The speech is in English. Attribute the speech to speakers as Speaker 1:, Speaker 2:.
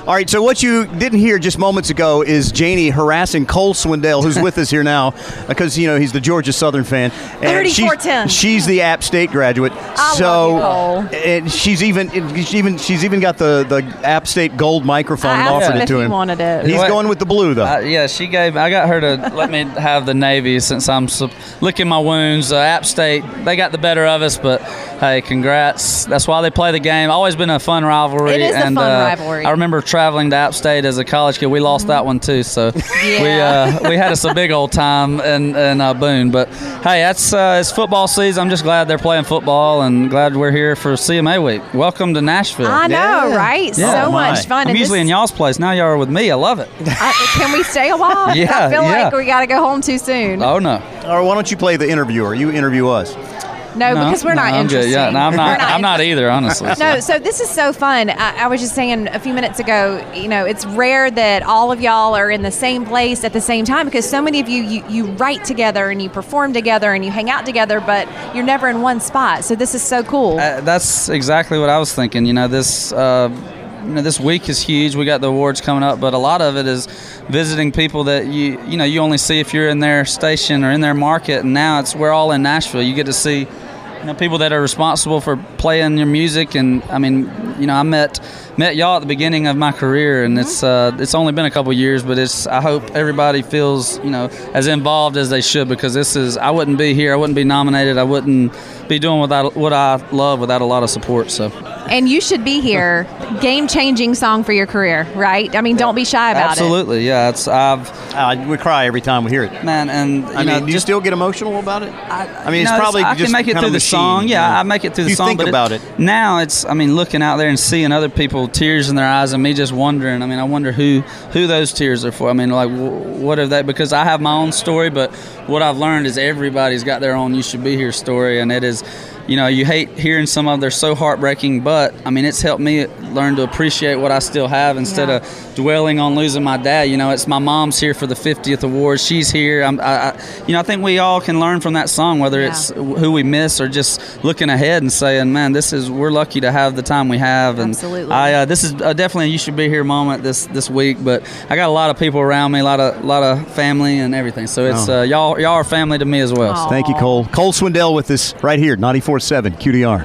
Speaker 1: All right, so what you didn't hear just moments ago is Janie harassing Cole Swindell, who's with us here now, because you know he's the Georgia Southern fan. And she's-
Speaker 2: 34-10.
Speaker 1: She's the App State graduate.
Speaker 2: love you,
Speaker 1: so
Speaker 2: Cole.
Speaker 1: and she's even she's even she's even got the, the App State gold microphone
Speaker 2: I
Speaker 1: and
Speaker 2: asked
Speaker 1: offered
Speaker 2: him
Speaker 1: it
Speaker 2: if
Speaker 1: to
Speaker 2: he
Speaker 1: him.
Speaker 2: wanted it.
Speaker 1: He's
Speaker 3: What?
Speaker 1: going with the blue though.
Speaker 3: Uh, yeah, she gave. I got her to let me have the Navy since I'm sup- licking my wounds. Uh, App State, they got the better of us, but hey, congrats. That's why they play the game. Always been a fun rivalry.
Speaker 2: It is a
Speaker 3: and,
Speaker 2: fun
Speaker 3: uh,
Speaker 2: rivalry.
Speaker 3: I remember traveling to App State as a college kid. We lost that one too, so we uh, we had us a big old time in in uh, Boone. But hey, that's uh, it's football season. I'm just glad they're playing football and glad we're here for CMA week. Welcome to Nashville.
Speaker 2: I know,
Speaker 1: Yeah.
Speaker 2: right?
Speaker 1: Yeah.
Speaker 2: so
Speaker 1: Oh, my.
Speaker 2: much fun.
Speaker 3: I'm
Speaker 2: and
Speaker 3: usually
Speaker 2: this-
Speaker 3: in y'all's place. Now y'all are with me. I love it.
Speaker 2: I- can we stay a while?
Speaker 3: Yeah,
Speaker 2: I feel
Speaker 3: yeah.
Speaker 2: like we got to go home too soon.
Speaker 3: Oh no.
Speaker 1: Or why don't you play the interviewer? You interview us.
Speaker 2: no, because we're
Speaker 3: no,
Speaker 2: not
Speaker 3: I'm good.
Speaker 2: interested.
Speaker 3: Yeah, no, I'm
Speaker 2: We're
Speaker 3: not. I'm not e- either, honestly.
Speaker 2: No, so this is so fun. I, I was just saying a few minutes ago, you know, it's rare that all of y'all are in the same place at the same time because so many of you, you, you write together and you perform together and you hang out together, but you're never in one spot. So this is so cool.
Speaker 3: Uh, that's exactly what I was thinking. You know, this uh, you know, this week is huge. We got the awards coming up, but a lot of it is visiting people that you you know you only see if you're in their station or in their market. And now it's we're all in Nashville. You get to see you know people that are responsible for playing your music. And I mean, you know, I met met y'all at the beginning of my career, and it's uh, it's only been a couple years, but it's I hope everybody feels you know as involved as they should because this is I wouldn't be here, I wouldn't be nominated, I wouldn't be doing without what I love without a lot of support. So
Speaker 2: and you should be here. Game changing song for your career, right? I mean, don't be shy about it.
Speaker 3: absolutely, yeah, it's I've
Speaker 1: Uh, we cry every time we hear it.
Speaker 3: man, and you
Speaker 1: I
Speaker 3: know
Speaker 1: mean, do you
Speaker 3: just.
Speaker 1: still get emotional about it? I, mean, it's
Speaker 3: No,
Speaker 1: probably
Speaker 3: I
Speaker 1: just
Speaker 3: can make it
Speaker 1: kinda
Speaker 3: through the
Speaker 1: machine,
Speaker 3: song. Yeah,
Speaker 1: you know.
Speaker 3: I make it through the
Speaker 1: you
Speaker 3: song.
Speaker 1: think
Speaker 3: but
Speaker 1: about it.
Speaker 3: now. It's I mean, looking out there and seeing other people tears in their eyes, and me just wondering. I mean, I wonder who who those tears are for. I mean, like wh- what are they? Because I have my own story, but what I've learned is everybody's got their own "You Should Be Here" story, and it is. You know, you hate hearing some of them, they're so heartbreaking, but I mean, it's helped me learn to appreciate what I still have instead
Speaker 2: Yeah.
Speaker 3: of dwelling on losing my dad. You know, it's my mom's here for the 50th award. She's here. I'm, I, I, you know, I think we all can learn from that song, whether
Speaker 2: Yeah.
Speaker 3: it's who we miss or just looking ahead and saying, "Man, this is we're lucky to have the time we have." And
Speaker 2: Absolutely.
Speaker 3: I, uh, this is uh, definitely a you should be here moment this this week. But I got a lot of people around me, a lot of lot of family and everything. So it's
Speaker 1: Oh.
Speaker 3: uh, y'all y'all are family to me as well. so.
Speaker 2: Aw.
Speaker 1: Thank you, Cole. Cole Swindell with us right here, 94.7 QDR.